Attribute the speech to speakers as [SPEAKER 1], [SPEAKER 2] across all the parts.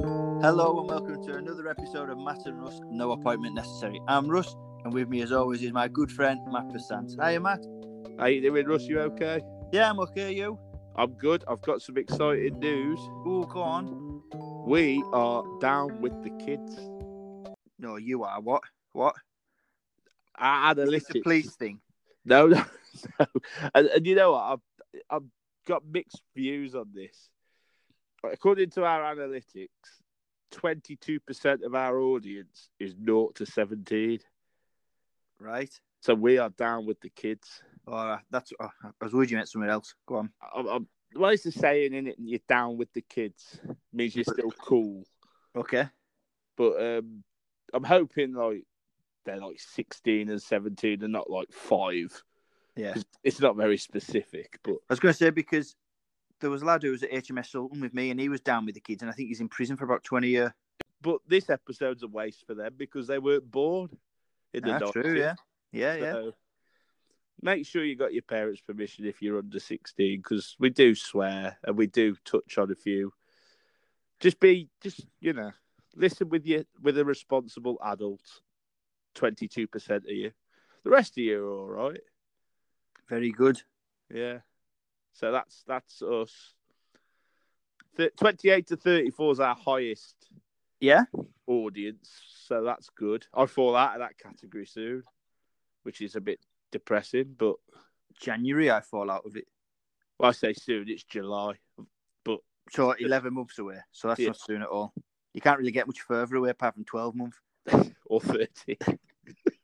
[SPEAKER 1] Hello and welcome to another episode of Matt and Russ, No Appointment Necessary. I'm Russ, and with me as always is my good friend Matt Passant. Hiya Matt.
[SPEAKER 2] How you doing, Russ? You okay?
[SPEAKER 1] Yeah, I'm okay, you?
[SPEAKER 2] I'm good. I've got some exciting news.
[SPEAKER 1] Oh, go on.
[SPEAKER 2] We are down with the kids.
[SPEAKER 1] No, you are. What? What?
[SPEAKER 2] Our
[SPEAKER 1] It's a
[SPEAKER 2] analytics.
[SPEAKER 1] police thing.
[SPEAKER 2] No, no, no. And, and you know what? I've I've got mixed views on this. According to our analytics, twenty-two percent of our audience is naught to seventeen.
[SPEAKER 1] Right.
[SPEAKER 2] So we are down with the kids.
[SPEAKER 1] All right. That's. Oh, I was worried you meant somewhere else. Go on.
[SPEAKER 2] I'm, I'm, well, it's the saying, in it? You're down with the kids means you're still cool.
[SPEAKER 1] Okay.
[SPEAKER 2] But um, I'm hoping like they're like 16 and 17 and not like five.
[SPEAKER 1] Yeah. I
[SPEAKER 2] 'Cause It's not very specific, but
[SPEAKER 1] was going to say because there was a lad who was at HMS Sultan with me, and he was down with the kids, and I think he's in prison for about twenty years.
[SPEAKER 2] but this episode's a waste for them because they weren't born in the
[SPEAKER 1] Ah,
[SPEAKER 2] night.
[SPEAKER 1] true. Yeah. Yeah. Yeah.
[SPEAKER 2] So make sure you got your parents' permission if you're under 16 because we do swear and we do touch on a few. Just be, just you know, listen with you with a responsible adult. 22% of you, the rest of you are all right.
[SPEAKER 1] Very good.
[SPEAKER 2] Yeah. So that's that's us. Th- 28 to 34 is our highest
[SPEAKER 1] Yeah.
[SPEAKER 2] audience, so that's good. I fall out of that category soon, which is a bit depressing, but
[SPEAKER 1] January, I fall out of it.
[SPEAKER 2] well, I say soon, it's July.
[SPEAKER 1] So eleven months away. So that's
[SPEAKER 2] Yeah.
[SPEAKER 1] not soon at all. You can't really get much further away apart from twelve months.
[SPEAKER 2] Or 30.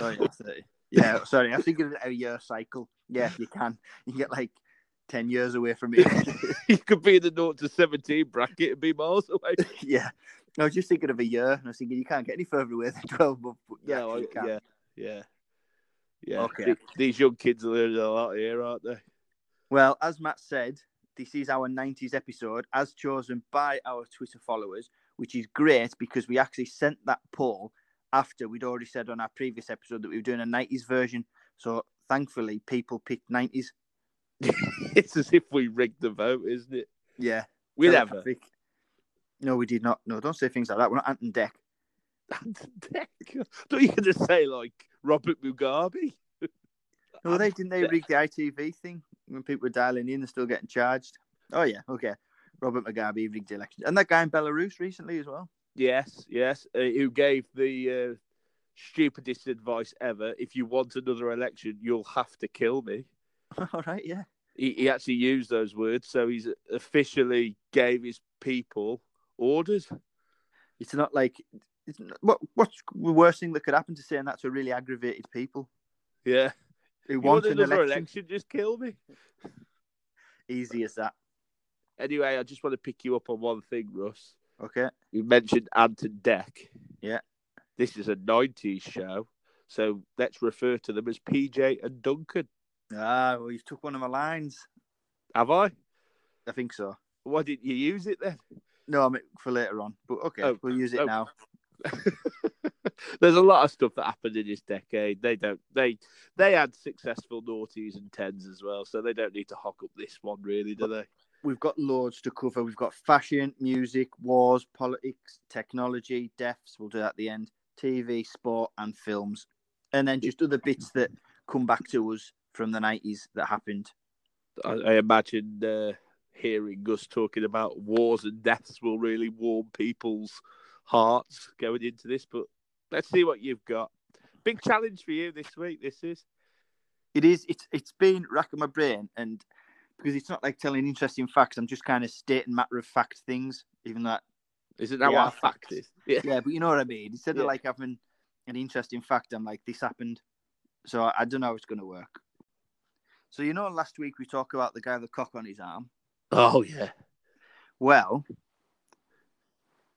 [SPEAKER 1] Oh, yeah, 30. yeah, sorry, I think it's a year cycle. Yeah, you can. You can get like ten years away from it.
[SPEAKER 2] you could be in the 0 to 17 bracket and be miles away.
[SPEAKER 1] yeah. I was just thinking of a year and I was thinking you can't get any further away than twelve months. But yeah,
[SPEAKER 2] No, I-
[SPEAKER 1] you can.
[SPEAKER 2] yeah, yeah. Yeah.
[SPEAKER 1] Okay.
[SPEAKER 2] Th- These young kids are learning a lot here, aren't they?
[SPEAKER 1] Well, as Matt said, this is our 90s episode as chosen by our Twitter followers, which is great because we actually sent that poll after we'd already said on our previous episode that we were doing a 90s version. So thankfully, people picked 90s.
[SPEAKER 2] it's as if we rigged the vote, isn't it?
[SPEAKER 1] Yeah.
[SPEAKER 2] We'll have a
[SPEAKER 1] Telepathic. No, we did not. No, don't say things like that. We're not Ant and Deck.
[SPEAKER 2] Deck. Don't you going to say like Robert Mugabe?
[SPEAKER 1] No, they didn't they rig the ITV thing when people were dialing in and still getting charged? Oh, yeah. Okay. Robert Mugabe rigged the election. And that guy in Belarus recently as well.
[SPEAKER 2] Yes, yes. Uh, who gave the uh, stupidest advice ever? If you want another election, you'll have to kill me.
[SPEAKER 1] All right. Yeah.
[SPEAKER 2] He, he actually used those words, so he's officially gave his people orders.
[SPEAKER 1] It's not like it's not, what what's the worst thing that could happen to saying that to really aggravated people
[SPEAKER 2] Yeah,
[SPEAKER 1] who
[SPEAKER 2] you
[SPEAKER 1] want
[SPEAKER 2] want
[SPEAKER 1] an
[SPEAKER 2] another
[SPEAKER 1] election?
[SPEAKER 2] election? Just kill me.
[SPEAKER 1] Easy as that.
[SPEAKER 2] Anyway, I just want to pick you up on one thing, Russ.
[SPEAKER 1] Okay.
[SPEAKER 2] You mentioned Anton Deck.
[SPEAKER 1] Yeah.
[SPEAKER 2] This is a 90s show, so let's refer to them as PJ and Duncan.
[SPEAKER 1] Ah, well, you've took one of my lines.
[SPEAKER 2] Have I?
[SPEAKER 1] I think so.
[SPEAKER 2] Why didn't you use it then?
[SPEAKER 1] No, I mean for later on. But okay,
[SPEAKER 2] Oh,
[SPEAKER 1] we'll use it
[SPEAKER 2] oh.
[SPEAKER 1] now.
[SPEAKER 2] There's a lot of stuff that happened in this decade. They don't. They they had successful noughties and tens as well, so they don't need to hock up this one, really, do they?
[SPEAKER 1] We've got loads to cover. We've got fashion, music, wars, politics, technology, deaths. We'll do that at the end. TV, sport, and films, and then just other bits that come back to us from the nineties that happened.
[SPEAKER 2] I, I imagine uh, hearing us talking about wars and deaths will really warm people's hearts going into this. But let's see what you've got. Big challenge for you this week. This is
[SPEAKER 1] It is. It's it's been racking my brain, and because it's not like telling interesting facts, I'm just kind of stating matter of fact things. Even that,
[SPEAKER 2] isn't that
[SPEAKER 1] Yeah,
[SPEAKER 2] what a fact is? Yeah.
[SPEAKER 1] yeah, but you know what I mean. Instead
[SPEAKER 2] Yeah.
[SPEAKER 1] of like having an interesting fact, I'm like this happened. So I, I don't know how it's going to work. So you know, last week we talked about the guy with the cock on his arm.
[SPEAKER 2] Oh yeah.
[SPEAKER 1] Well,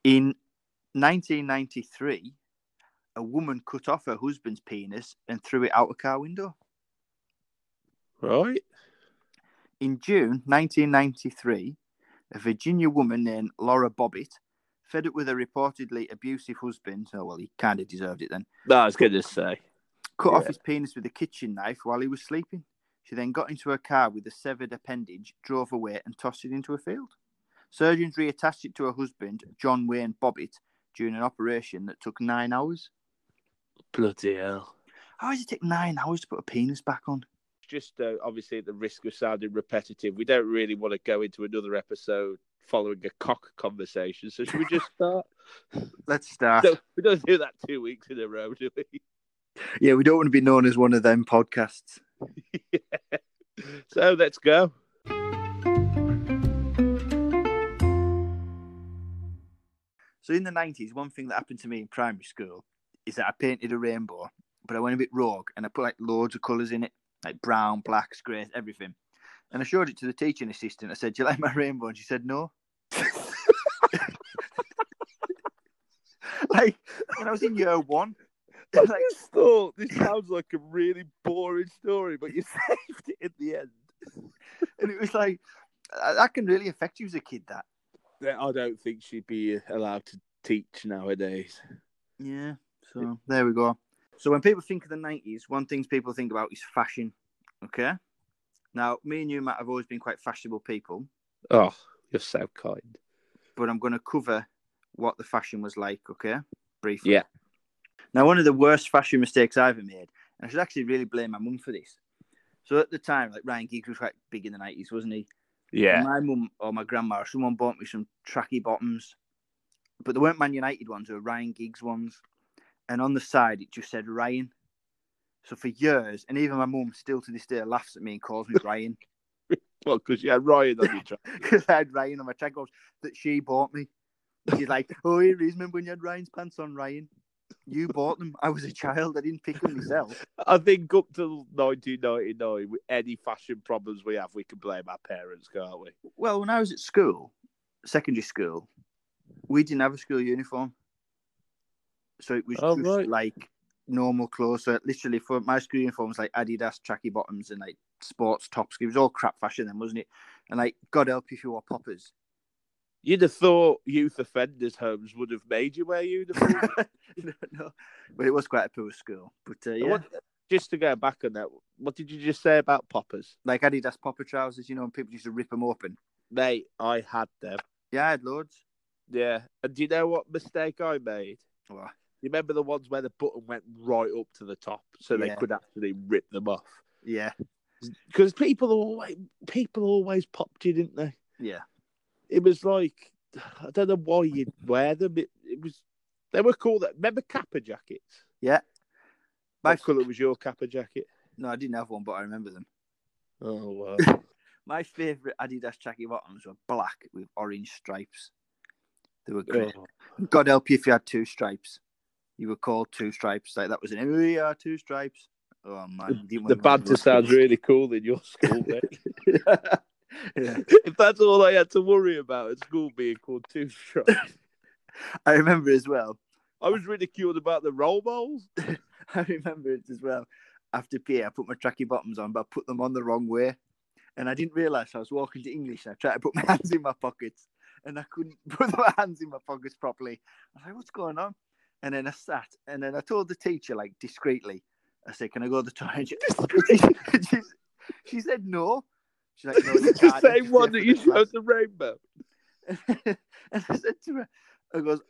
[SPEAKER 1] in 1993, a woman cut off her husband's penis and threw it out a car window.
[SPEAKER 2] Right.
[SPEAKER 1] In June 1993, a Virginia woman named Laura Bobbitt, fed up with her reportedly abusive husband, oh well, he kind of deserved it then,
[SPEAKER 2] No, I was going to say.
[SPEAKER 1] cut off
[SPEAKER 2] Yeah.
[SPEAKER 1] his penis with a kitchen knife while he was sleeping. She then got into her car with a severed appendage, drove away, and tossed it into a field. Surgeons reattached it to her husband, John Wayne Bobbitt, during an operation that took nine hours.
[SPEAKER 2] Bloody hell.
[SPEAKER 1] How does it take nine hours to put a penis back on?
[SPEAKER 2] Just uh, obviously at the risk of sounding repetitive, we don't really want to go into another episode following a cock conversation. So should we just start?
[SPEAKER 1] Let's start.
[SPEAKER 2] no, we don't do that two weeks in a row, do we?
[SPEAKER 1] Yeah, we don't want to be known as one of them podcasts.
[SPEAKER 2] So let's go.
[SPEAKER 1] So in the nineties, one thing that happened to me in primary school is that I painted a rainbow, but I went a bit rogue and I put like loads of colours in it, like brown, black, grey, everything. And I showed it to the teaching assistant. I said, "Do you like my rainbow?" And she said, "No." like when I was in year one,
[SPEAKER 2] I
[SPEAKER 1] like
[SPEAKER 2] just thought this sounds like a really boring story, but you saved it in the end.
[SPEAKER 1] And it was like, uh, that can really affect you as a kid, that.
[SPEAKER 2] Yeah, I don't think she'd be allowed to teach nowadays.
[SPEAKER 1] Yeah. So there we go. So when people think of the 90s, one thing people think about is fashion. Okay. Now, me and you, Matt, have always been quite fashionable people,
[SPEAKER 2] Oh, you're so kind.
[SPEAKER 1] but I'm going to cover what the fashion was like, okay? Briefly.
[SPEAKER 2] Yeah.
[SPEAKER 1] Now, one of the worst fashion mistakes I ever made, and I should actually really blame my mum for this. So at the time, like Ryan Giggs was quite big in the 90s, wasn't he? And
[SPEAKER 2] Yeah.
[SPEAKER 1] My mum or my grandma or someone bought me some tracky bottoms, but they weren't Man United ones, they were Ryan Giggs ones. And on the side, it just said Ryan. So for years, and even my mum still to this day laughs at me and calls me Ryan
[SPEAKER 2] Well, because you had Ryan on your track.
[SPEAKER 1] because I had Ryan on my track bottoms that she bought me. She's like, Oh, here is, remember when you had Ryan's pants on, Ryan? You bought them. I was a child. I didn't pick them myself.
[SPEAKER 2] I think up till 1999, with any fashion problems we have, we can blame our parents, can't we?
[SPEAKER 1] Well, when I was at school, secondary school, we didn't have a school uniform. So it was
[SPEAKER 2] Oh,
[SPEAKER 1] just
[SPEAKER 2] right.
[SPEAKER 1] like normal clothes. So literally for my school uniform was like Adidas tracky bottoms and like sports tops. It was all crap fashion then, wasn't it? And like God help you if you wore poppers.
[SPEAKER 2] You'd have thought youth offenders' homes would have made you wear uniforms.
[SPEAKER 1] no, no. But it was quite a poor school. But uh, yeah,
[SPEAKER 2] What- just to go back on that, what did you just say about poppers?
[SPEAKER 1] like Adidas popper trousers, you know, and people used to rip them open.
[SPEAKER 2] Mate, I had them.
[SPEAKER 1] Yeah, I had loads.
[SPEAKER 2] Yeah. And do you know what mistake I made?
[SPEAKER 1] What?
[SPEAKER 2] You remember the ones where the button went right up to the top so they
[SPEAKER 1] Yeah.
[SPEAKER 2] could actually rip them off?
[SPEAKER 1] Yeah,
[SPEAKER 2] Because people always people always popped you, didn't they?
[SPEAKER 1] yeah.
[SPEAKER 2] It was like I don't know why you'd wear them. It, it was they were cool. That remember Kappa jackets?
[SPEAKER 1] Yeah. My-
[SPEAKER 2] What colour was your Kappa jacket?
[SPEAKER 1] No, I didn't have one, but I remember them.
[SPEAKER 2] Oh wow.
[SPEAKER 1] My favourite Adidas tracky bottoms were black with orange stripes. They were great.
[SPEAKER 2] Oh.
[SPEAKER 1] God help you if you had two stripes. You were called two stripes. Like that was an we are two stripes. Oh man, you didn't
[SPEAKER 2] the
[SPEAKER 1] want one of
[SPEAKER 2] banter
[SPEAKER 1] those.
[SPEAKER 2] sounds really cool in your school, mate.
[SPEAKER 1] Yeah.
[SPEAKER 2] if that's all I had to worry about at school being called two stripes.
[SPEAKER 1] I remember as well.
[SPEAKER 2] I was ridiculed about the roll balls.
[SPEAKER 1] I remember it as well. After PA, I put my tracky bottoms on, but I put them on the wrong way, and I didn't realise I was walking to English. I tried to put my hands in my pockets, and I couldn't put my hands in my pockets properly. I was like, "What's going on?" And then I sat, and then I told the teacher like discreetly. I said, "Can I go to the toilet?" She- she, she said no. She's like, "No, you
[SPEAKER 2] It's the
[SPEAKER 1] can't.
[SPEAKER 2] same
[SPEAKER 1] It's
[SPEAKER 2] one
[SPEAKER 1] there for
[SPEAKER 2] that you
[SPEAKER 1] the class."
[SPEAKER 2] showed the rainbow.
[SPEAKER 1] and I said to her, I goes,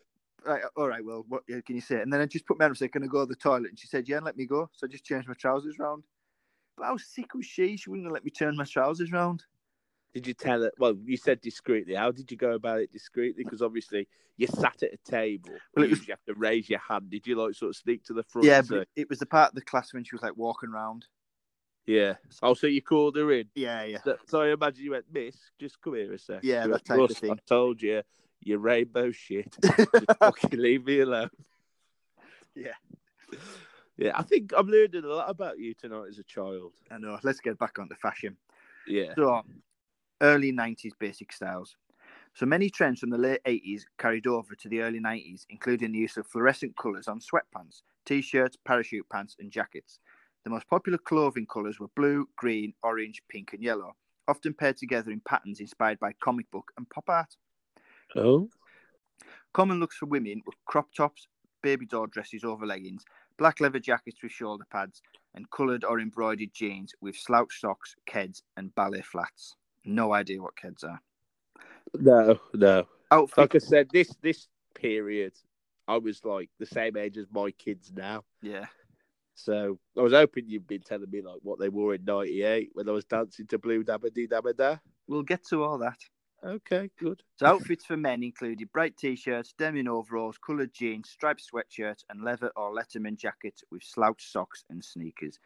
[SPEAKER 1] right, all right, well, what yeah, can you say? And then I just put my hand up and said, can I go to the toilet? And she said, yeah, and let me go. So I just changed my trousers round. But how sick was she? She wouldn't have let me turn my trousers round.
[SPEAKER 2] Did you tell it? Well, you said discreetly. How did you go about it discreetly? Because obviously you sat at a table.
[SPEAKER 1] Well,
[SPEAKER 2] Well,
[SPEAKER 1] it was-
[SPEAKER 2] you have to raise your hand. Did you like sort of sneak to the front?
[SPEAKER 1] yeah,
[SPEAKER 2] and
[SPEAKER 1] but
[SPEAKER 2] say-
[SPEAKER 1] it, it was the part of the class when she was like walking round.
[SPEAKER 2] yeah. Oh, so you called her in.
[SPEAKER 1] Yeah, yeah.
[SPEAKER 2] So, so I imagine you went, Miss, just come here a sec.
[SPEAKER 1] Yeah,
[SPEAKER 2] She
[SPEAKER 1] that
[SPEAKER 2] went,
[SPEAKER 1] type of
[SPEAKER 2] "Russ,
[SPEAKER 1] thing.
[SPEAKER 2] I told you, you rainbow shit. just fucking leave me alone.
[SPEAKER 1] Yeah.
[SPEAKER 2] Yeah, I think I'm learning a lot about you tonight as a child.
[SPEAKER 1] I know. Let's get back onto fashion.
[SPEAKER 2] Yeah.
[SPEAKER 1] So, early 90s basic styles. So, many trends from the late 80s carried over to the early 90s, including the use of fluorescent colours on sweatpants, t shirts, parachute pants, and jackets. The most popular clothing colours were blue, green, orange, pink, and yellow, often paired together in patterns inspired by comic book and pop art.
[SPEAKER 2] Oh.
[SPEAKER 1] Common looks for women were crop tops, baby doll dresses over leggings, black leather jackets with shoulder pads, and coloured or embroidered jeans with slouch socks, keds, and ballet flats. No idea what keds are.
[SPEAKER 2] No, no.
[SPEAKER 1] Outfit.
[SPEAKER 2] Like I said, this this period, I was like the same age as my kids now.
[SPEAKER 1] Yeah.
[SPEAKER 2] So I was hoping you'd been telling me like what they wore in '98 when I was dancing to Blue Dabba Dee Dabba Da.
[SPEAKER 1] We'll get to all that.
[SPEAKER 2] Okay, good.
[SPEAKER 1] So outfits for men included bright t-shirts, denim overalls, coloured jeans, striped sweatshirts, and leather or letterman jackets with slouch socks and sneakers.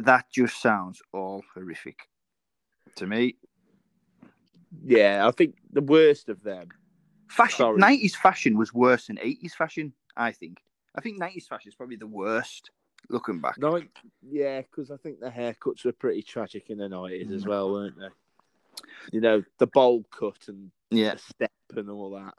[SPEAKER 1] That just sounds all horrific to me.
[SPEAKER 2] Yeah, I think the worst of them.
[SPEAKER 1] Fashion,
[SPEAKER 2] Sorry.
[SPEAKER 1] nineties fashion was worse than eighties fashion. I think. I think nineties fashion is probably the worst. Looking back,
[SPEAKER 2] Nine, yeah, because I think the haircuts were pretty tragic in the nineties as well, weren't they? You know, the bowl cut and
[SPEAKER 1] yeah.
[SPEAKER 2] the step and all that.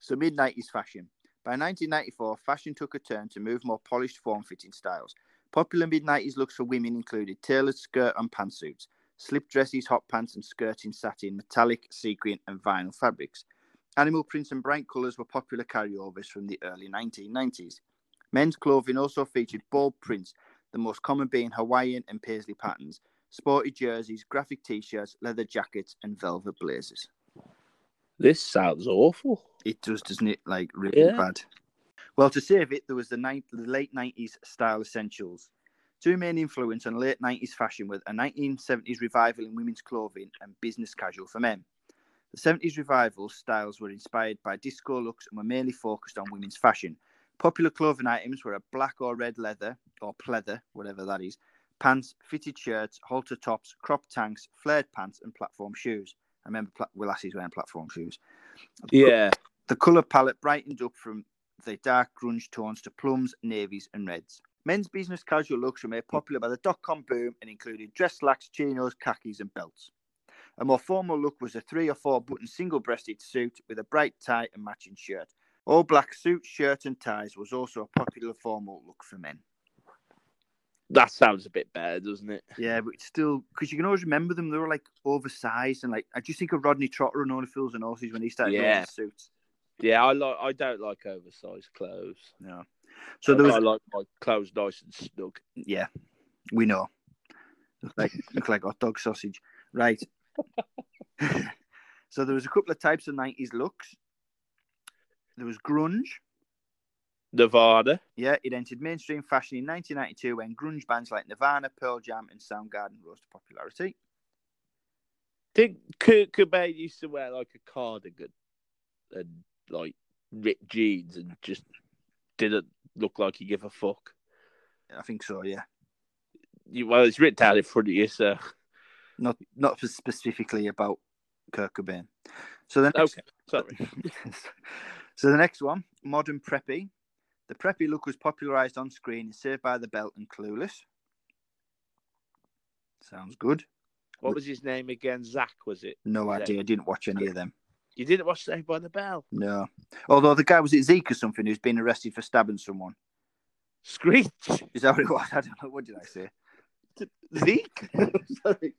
[SPEAKER 1] So mid 90s fashion. By 1994, fashion took a turn to move more polished form fitting styles. Popular mid 90s looks for women included tailored skirt and pantsuits, slip dresses, hot pants, and skirt in satin, metallic, sequin, and vinyl fabrics. Animal prints and bright colours were popular carryovers from the early 1990s. Men's clothing also featured bold prints, the most common being Hawaiian and paisley patterns, sporty jerseys, graphic t shirts, leather jackets, and velvet blazers.
[SPEAKER 2] This sounds awful.
[SPEAKER 1] It does, doesn't it? Like really
[SPEAKER 2] Yeah.
[SPEAKER 1] bad. Well, to save it, there was the, ni- the late nineties style essentials. Two main influence on late nineties fashion were a nineteen seventies revival in women's clothing and business casual for men. The seventies revival styles were inspired by disco looks and were mainly focused on women's fashion. Popular clothing items were a black or red leather or pleather, whatever that is, pants, fitted shirts, halter tops, crop tanks, flared pants, and platform shoes. I remember pla- well, lassies wearing platform shoes.
[SPEAKER 2] Yeah,
[SPEAKER 1] The colour palette brightened up from the dark grunge tones to plums, navies, and reds. Men's business casual looks were made popular by the dot com boom and included dress slacks, chinos, khakis, and belts. A more formal look was a three or four button single breasted suit with a bright tie and matching shirt. All black suit, shirt, and ties was also a popular formal look for men.
[SPEAKER 2] that sounds a bit better, doesn't it?
[SPEAKER 1] Yeah, but it's still, because you can always remember them, they were like oversized and like, I just think of Rodney Trotter and all the fools and horses when he started
[SPEAKER 2] Yeah.
[SPEAKER 1] wearing suits.
[SPEAKER 2] Yeah, I like. I don't like oversized clothes.
[SPEAKER 1] No. So there was
[SPEAKER 2] I like my clothes nice and snug.
[SPEAKER 1] Yeah, we know. Look like look like hot dog sausage, right? so there was a couple of types of nineties looks. There was grunge.
[SPEAKER 2] Nevada.
[SPEAKER 1] Yeah, it entered mainstream fashion in 1992 when grunge bands like Nirvana, Pearl Jam, and Soundgarden rose to popularity.
[SPEAKER 2] Did Kurt Cobain used to wear like a cardigan and like ripped jeans and just didn't look like he gave a fuck?
[SPEAKER 1] I think so. Yeah,
[SPEAKER 2] You, well, it's written down in front of you, so
[SPEAKER 1] not not specifically about Kurt Cobain. So then,
[SPEAKER 2] okay. Sorry.
[SPEAKER 1] so the next one, modern preppy. The preppy look was popularized on screen in Saved by the Belt and Clueless. Sounds good.
[SPEAKER 2] What was his name again? Zach, was it?
[SPEAKER 1] No
[SPEAKER 2] Yeah.
[SPEAKER 1] idea. I didn't watch any of them.
[SPEAKER 2] You didn't watch Saved by the Bell.
[SPEAKER 1] No. Although the guy was it Zeke or something who's been arrested for stabbing someone.
[SPEAKER 2] Screech.
[SPEAKER 1] Is that what it was? I don't know. What did I say?
[SPEAKER 2] Zeke. Sorry.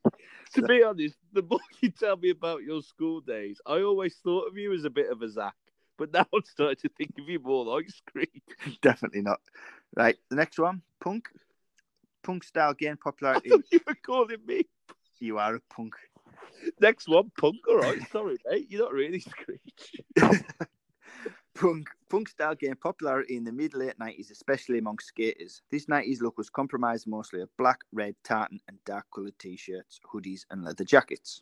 [SPEAKER 2] To be honest, the more you tell me about your school days, I always thought of you as a bit of a Zach. But now I'm starting to think of you more like Screech.
[SPEAKER 1] Definitely not. Right. The next one, punk. Punk style gained
[SPEAKER 2] I
[SPEAKER 1] popularity.
[SPEAKER 2] thought you were calling me.
[SPEAKER 1] you are a punk.
[SPEAKER 2] Next one, punk. All right, sorry, mate. You're not really Screech.
[SPEAKER 1] Punk, punk style gained popularity in the mid late 90s, especially among skaters. This 90s look was comprised mostly of black, red, tartan, and dark coloured t shirts, hoodies, and leather jackets.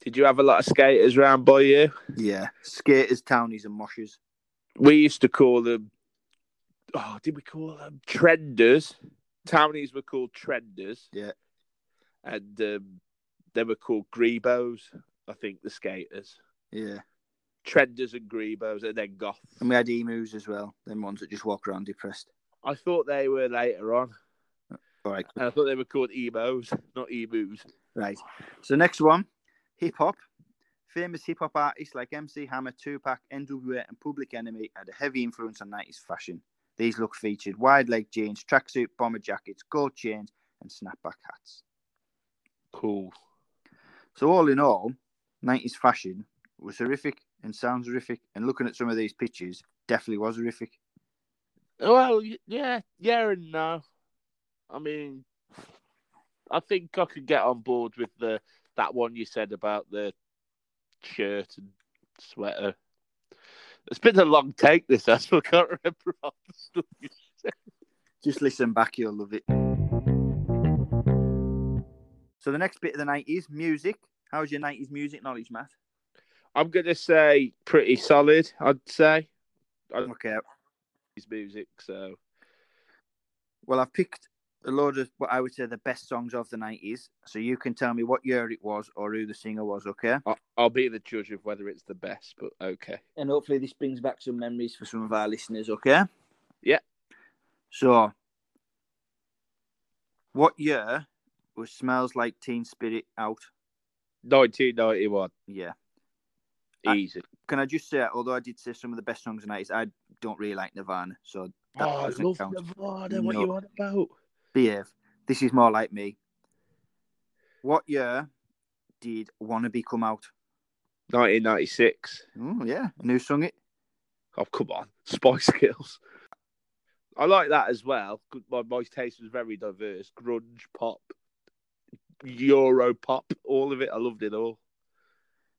[SPEAKER 2] Did you have a lot of skaters round by you?
[SPEAKER 1] Yeah, skaters, townies, and moshers.
[SPEAKER 2] We used to call them. Oh, did we call them trenders? Townies were called trenders.
[SPEAKER 1] Yeah.
[SPEAKER 2] and um, they were called grebos. I think the skaters,
[SPEAKER 1] Yeah,
[SPEAKER 2] trenders and grebos, and then goth.
[SPEAKER 1] and we had emus as well, them ones that just walk around depressed.
[SPEAKER 2] I thought they were later on,
[SPEAKER 1] All right,
[SPEAKER 2] and I thought they were called emos, not emus.
[SPEAKER 1] Right. So next one, hip hop. Famous hip hop artists like MC Hammer, Tupac, NWA, and Public Enemy had a heavy influence on 90s fashion. These look featured wide leg jeans, tracksuit, bomber jackets, gold chains, and snapback hats.
[SPEAKER 2] Cool.
[SPEAKER 1] So all in all, 90s fashion was horrific and sounds horrific. And looking at some of these pictures, definitely was horrific.
[SPEAKER 2] Well, y- yeah, yeah, and no. I mean, I think I could get on board with the that one you said about the shirt and sweater. It's been a long take this, I still can't remember all the stuff you said.
[SPEAKER 1] Just listen back, you'll love it. So the next bit of the night is music. How's your nineties music knowledge, Matt?
[SPEAKER 2] I'm gonna say pretty solid. I'd say I-
[SPEAKER 1] Okay.
[SPEAKER 2] his music. So
[SPEAKER 1] Well, I've picked a load of what I would say the best songs of the nineties. So you can tell me what year it was or who the singer was, okay?
[SPEAKER 2] I- I'll be the judge of whether it's the best. But okay,
[SPEAKER 1] And hopefully this brings back some memories for some of our listeners, okay?
[SPEAKER 2] Yeah.
[SPEAKER 1] So what year was Smells Like Teen Spirit out?
[SPEAKER 2] 1991,
[SPEAKER 1] Yeah. I-
[SPEAKER 2] easy.
[SPEAKER 1] Can I just say, although I did say some of the best songs of the 90s, I don't really like Nirvana, so that
[SPEAKER 2] oh, I
[SPEAKER 1] doesn't
[SPEAKER 2] love
[SPEAKER 1] count.
[SPEAKER 2] Nirvana. What
[SPEAKER 1] No.
[SPEAKER 2] you on about?
[SPEAKER 1] behave. This is more like me. What year did Wannabe come out?
[SPEAKER 2] 1996.
[SPEAKER 1] Oh, yeah. And who sung it?
[SPEAKER 2] Oh, come on, Spice Girls. I like that as well. Good- My my taste was very diverse: grunge, pop, Euro pop, all of it. I loved it all.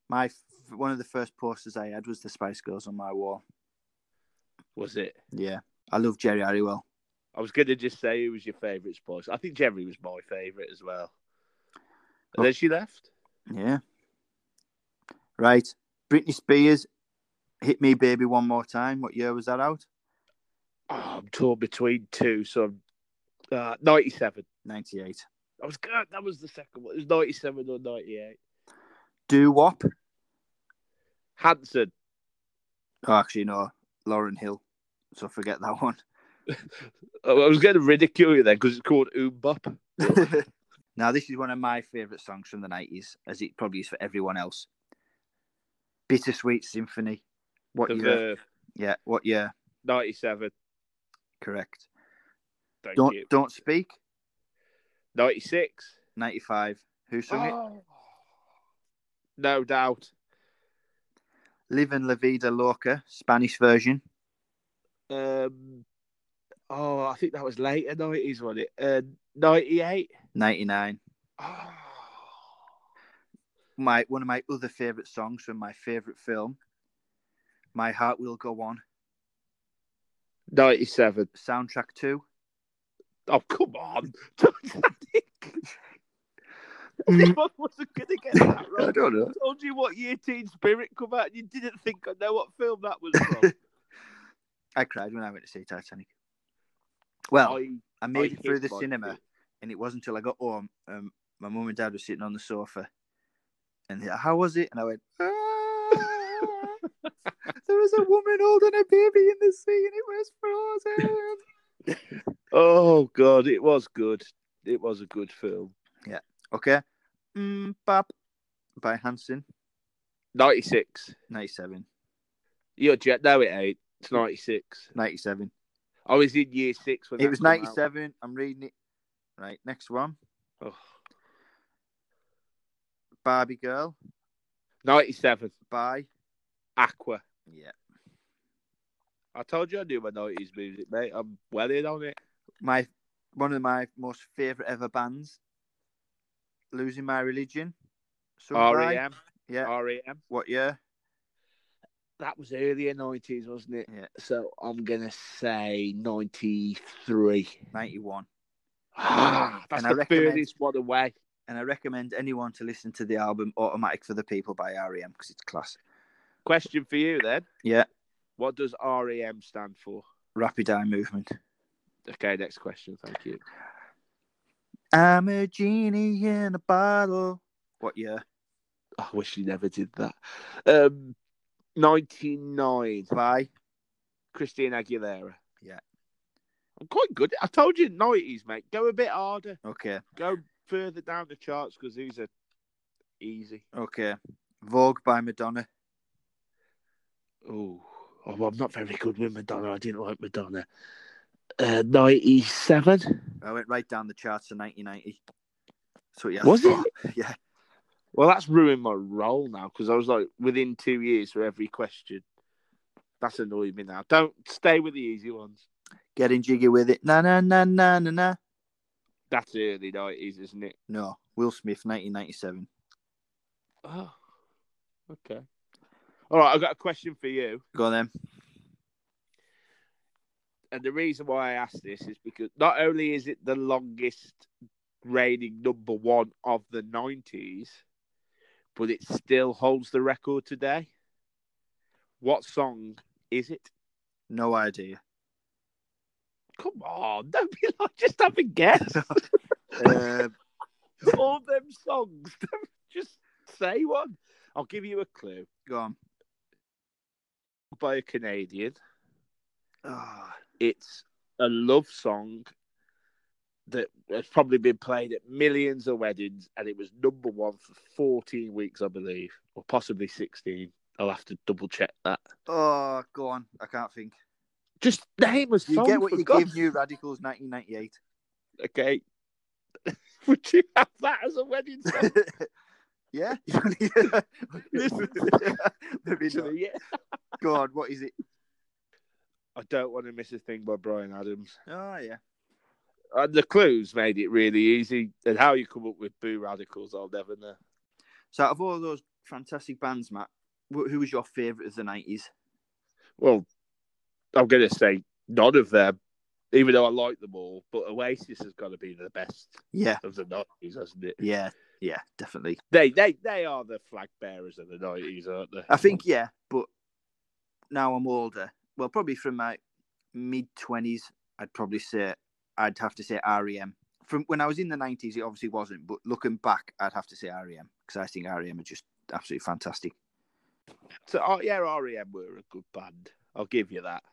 [SPEAKER 1] My one of the first posters I had was the Spice Girls on my wall.
[SPEAKER 2] Was it?
[SPEAKER 1] Yeah, I love Jerry Halliwell.
[SPEAKER 2] I was going to just say who was your favourite Spice. I think Jerry was my favourite as well. And
[SPEAKER 1] Oh.
[SPEAKER 2] then she left.
[SPEAKER 1] Yeah. Right, Britney Spears, "Hit Me, Baby, One More Time." What year was that out?
[SPEAKER 2] Oh, I'm torn between two, so I'm uh, 97.
[SPEAKER 1] Ninety-eight.
[SPEAKER 2] I was good. That was the second one. It was 97 or 98.
[SPEAKER 1] Do Wop.
[SPEAKER 2] Hanson.
[SPEAKER 1] Oh, actually, no, Lauren Hill. So forget that one.
[SPEAKER 2] Oh, I was going to ridicule you then because it's called Oombop.
[SPEAKER 1] now, this is one of my favourite songs from the 90s, as it probably is for everyone else. Bittersweet Symphony. What
[SPEAKER 2] The
[SPEAKER 1] year?
[SPEAKER 2] Verve.
[SPEAKER 1] Yeah, what year?
[SPEAKER 2] 97.
[SPEAKER 1] Correct.
[SPEAKER 2] Thank
[SPEAKER 1] Don't
[SPEAKER 2] you.
[SPEAKER 1] Don't Speak,
[SPEAKER 2] 96.
[SPEAKER 1] 95. Who sung it?
[SPEAKER 2] Oh. No doubt.
[SPEAKER 1] Live in La Vida Loca, Spanish version.
[SPEAKER 2] Um, oh, I think that was later 90s, wasn't it? Uh, 98.
[SPEAKER 1] 99.
[SPEAKER 2] Oh.
[SPEAKER 1] My One of my other favourite songs from my favourite film, My Heart Will Go On.
[SPEAKER 2] 97.
[SPEAKER 1] Soundtrack 2.
[SPEAKER 2] Oh, come on. Titanic. I wasn't going to get that right.
[SPEAKER 1] don't know.
[SPEAKER 2] I told you what year Teen Spirit come out, and you didn't think I know what film that was from.
[SPEAKER 1] I cried when I went to see Titanic. Well,
[SPEAKER 2] I,
[SPEAKER 1] I made
[SPEAKER 2] I
[SPEAKER 1] it through the
[SPEAKER 2] hate my
[SPEAKER 1] cinema,
[SPEAKER 2] film.
[SPEAKER 1] and it wasn't until I got home. Um, my mum and dad were sitting on the sofa, and they "How was it?" And I went, "Ah, "There was a woman holding a baby in the sea, and it was frozen."
[SPEAKER 2] Oh god, it was good. It was a good film.
[SPEAKER 1] okay, mm, Bab by Hanson,
[SPEAKER 2] Ninety six.
[SPEAKER 1] 97.
[SPEAKER 2] You're jet. No, it ain't. It's ninety six.
[SPEAKER 1] 97.
[SPEAKER 2] I was in year six when
[SPEAKER 1] It
[SPEAKER 2] that
[SPEAKER 1] was
[SPEAKER 2] come out.
[SPEAKER 1] 97. I'm reading it. Right, next one,
[SPEAKER 2] Oh.
[SPEAKER 1] Barbie Girl
[SPEAKER 2] Ninety seven.
[SPEAKER 1] by
[SPEAKER 2] Aqua.
[SPEAKER 1] yeah.
[SPEAKER 2] I told you I knew my nineties music, mate. I'm well in on it.
[SPEAKER 1] My one of my most favorite ever bands, Losing My Religion. So
[SPEAKER 2] REM.
[SPEAKER 1] Yeah.
[SPEAKER 2] REM.
[SPEAKER 1] What year?
[SPEAKER 2] E That was earlier nineties, wasn't it?
[SPEAKER 1] Yeah.
[SPEAKER 2] So I'm gonna say ninety three.
[SPEAKER 1] 91.
[SPEAKER 2] Ah, that's
[SPEAKER 1] And I
[SPEAKER 2] the
[SPEAKER 1] recommend-
[SPEAKER 2] furthest one away.
[SPEAKER 1] And I recommend anyone to listen to the album Automatic for the People by REM because it's class.
[SPEAKER 2] Question for you then.
[SPEAKER 1] Yeah.
[SPEAKER 2] What does REM stand for?
[SPEAKER 1] Rapid eye movement.
[SPEAKER 2] Okay, next question. Thank you.
[SPEAKER 1] I'm a genie in a bottle. What year?
[SPEAKER 2] I wish you never did that. Um, 99.
[SPEAKER 1] By
[SPEAKER 2] Christine Aguilera.
[SPEAKER 1] Yeah.
[SPEAKER 2] I'm quite good. I told you 90s, mate. Go a bit harder.
[SPEAKER 1] okay,
[SPEAKER 2] Go further down the charts because these are easy.
[SPEAKER 1] okay. Vogue by Madonna.
[SPEAKER 2] Ooh. Oh, well, I'm not very good with Madonna. I didn't like Madonna. Uh, 97.
[SPEAKER 1] I went right down the charts to 1990. So yeah,
[SPEAKER 2] Was it?
[SPEAKER 1] Yeah.
[SPEAKER 2] Well, that's ruined my role now because I was like within two years for every question. That's annoying me now. Don't stay with the easy ones.
[SPEAKER 1] Getting jiggy with it. Na na na na na na.
[SPEAKER 2] That's early 90s, isn't it?
[SPEAKER 1] No, Will Smith, 1997.
[SPEAKER 2] Oh. Okay. All right, I've got a question for you.
[SPEAKER 1] Go on then.
[SPEAKER 2] And the reason why I ask this is because not only is it the longest reigning number one of the 90s, but it still holds the record today. What song is it?
[SPEAKER 1] No idea.
[SPEAKER 2] Come on, don't be like, just have a guess.
[SPEAKER 1] Uh,
[SPEAKER 2] All them songs, don't just say one. I'll give you a clue
[SPEAKER 1] go on.
[SPEAKER 2] by a Canadian.
[SPEAKER 1] Ah,
[SPEAKER 2] It's a love song that has probably been played at millions of weddings, and it was number one for 14 weeks, I believe, or possibly 16. I'll have to double check that.
[SPEAKER 1] oh, go on. I can't think.
[SPEAKER 2] Just name a
[SPEAKER 1] You
[SPEAKER 2] song.
[SPEAKER 1] get what
[SPEAKER 2] for
[SPEAKER 1] you
[SPEAKER 2] God's
[SPEAKER 1] give New Radicals 1998.
[SPEAKER 2] Okay. Would you have that as a wedding song?
[SPEAKER 1] yeah. Maybe not.
[SPEAKER 2] Actually, yeah.
[SPEAKER 1] Go on. What is it?
[SPEAKER 2] I don't want to miss a thing by Brian Adams.
[SPEAKER 1] Oh yeah.
[SPEAKER 2] And the clues made it really easy. And how you come up with Boo Radicals, I'll never know.
[SPEAKER 1] So out of all those fantastic bands, Matt, wh- who was your favourite of the nineties?
[SPEAKER 2] Well, I'm going to say none of them, even though I like them all. But Oasis has got to be the best
[SPEAKER 1] Yeah.
[SPEAKER 2] of the 90s, hasn't it?
[SPEAKER 1] Yeah. Yeah. Definitely.
[SPEAKER 2] They, they, they are the flag bearers of the 90s, aren't they?
[SPEAKER 1] I think yeah, but now I'm older. Well, probably from my mid twenties, I'd probably say I'd have to say REM. From when I was in the nineties, it obviously wasn't, but looking back, I'd have to say REM because I think REM are just absolutely fantastic.
[SPEAKER 2] So oh, yeah, REM were a good band. I'll give you that.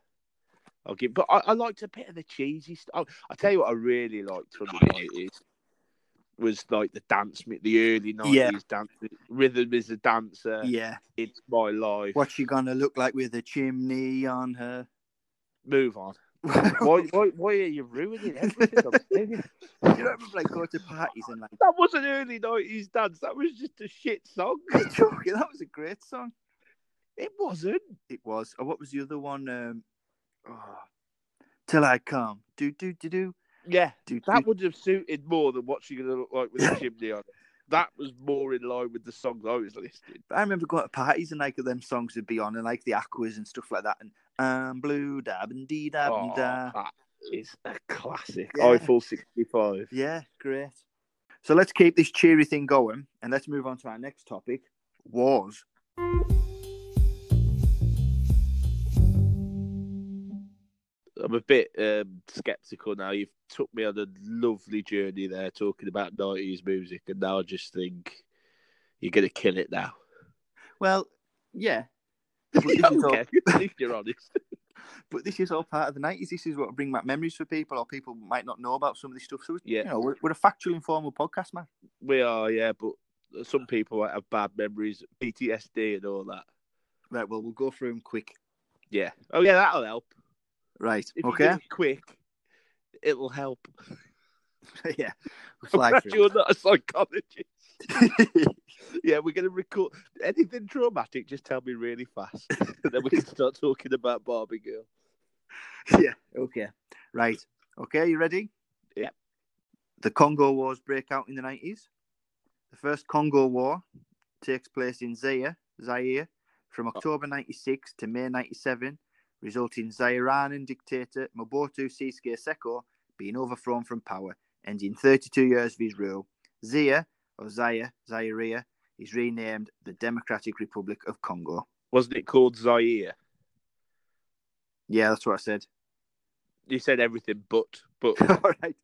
[SPEAKER 2] I'll give, but I, I liked a bit of the cheesy stuff. I tell you what, I really liked from the nineties was like the dance, mi- the early nineties
[SPEAKER 1] Yeah.
[SPEAKER 2] dance. Rhythm is a dancer.
[SPEAKER 1] yeah.
[SPEAKER 2] It's my life.
[SPEAKER 1] What's she gonna look like with a chimney on her?
[SPEAKER 2] Move on. Why, why, why are you ruining everything? I'm saying?
[SPEAKER 1] you don't remember like go to parties and like
[SPEAKER 2] that was an early nineties dance. That was just a shit song.
[SPEAKER 1] "You're joking, that was a great song.
[SPEAKER 2] It wasn't.
[SPEAKER 1] It was. Oh, what was the other one? Um oh,
[SPEAKER 2] Ah.
[SPEAKER 1] Till I Come. Do do do do
[SPEAKER 2] Yeah,
[SPEAKER 1] do
[SPEAKER 2] that would have suited more than what you're gonna look like with a chimney on. it. That was more in line with the songs I was listing.
[SPEAKER 1] I remember going to parties and like them songs would be on and like the Aquas and stuff like that and um blue dab and dee dab and da.
[SPEAKER 2] Ah, that is a classic.
[SPEAKER 1] Yeah.
[SPEAKER 2] Eiffel 65.
[SPEAKER 1] Yeah, great. So let's keep this cheery thing going and let's move on to our next topic. Wars.
[SPEAKER 2] I'm a bit um, skeptical now. You've took me on a lovely journey there talking about 90s music, and now I just think you're going to kill it now.
[SPEAKER 1] Well, yeah,
[SPEAKER 2] okay, if you're honest.
[SPEAKER 1] but this is all part of the nineties. This is what will bring back memories for people, or people might not know about some of this stuff. So
[SPEAKER 2] Yeah.
[SPEAKER 1] you know, we're, we're a factual, informal podcast, man.
[SPEAKER 2] We are, yeah, but some people might have bad memories, PTSD, and all that.
[SPEAKER 1] Right. Well, we'll go through them quick.
[SPEAKER 2] Yeah. Oh, yeah, that'll help.
[SPEAKER 1] Right.
[SPEAKER 2] If you
[SPEAKER 1] okay.
[SPEAKER 2] do it quick, it'll help.
[SPEAKER 1] yeah. We'll
[SPEAKER 2] I'm
[SPEAKER 1] fly
[SPEAKER 2] glad
[SPEAKER 1] through.
[SPEAKER 2] you're not a psychologist. Yeah, we're going to record anything traumatic. Just tell me really fast, and then we can start talking about Barbie Girl.
[SPEAKER 1] yeah. Okay. Right. Okay. You ready?
[SPEAKER 2] Yeah.
[SPEAKER 1] The Congo Wars break out in the nineties. The first Congo War takes place in Zaire, Zaire, from
[SPEAKER 2] Oh.
[SPEAKER 1] October '96 to May '97, resulting in Zairean dictator Mobutu Sese Seko being overthrown from power, ending 32 years of his rule. Zaire, or Zaire, Zaire, is renamed the Democratic Republic of Congo.
[SPEAKER 2] Wasn't it called Zaire?
[SPEAKER 1] Yeah, that's what I said.
[SPEAKER 2] You said everything but, but
[SPEAKER 1] All right.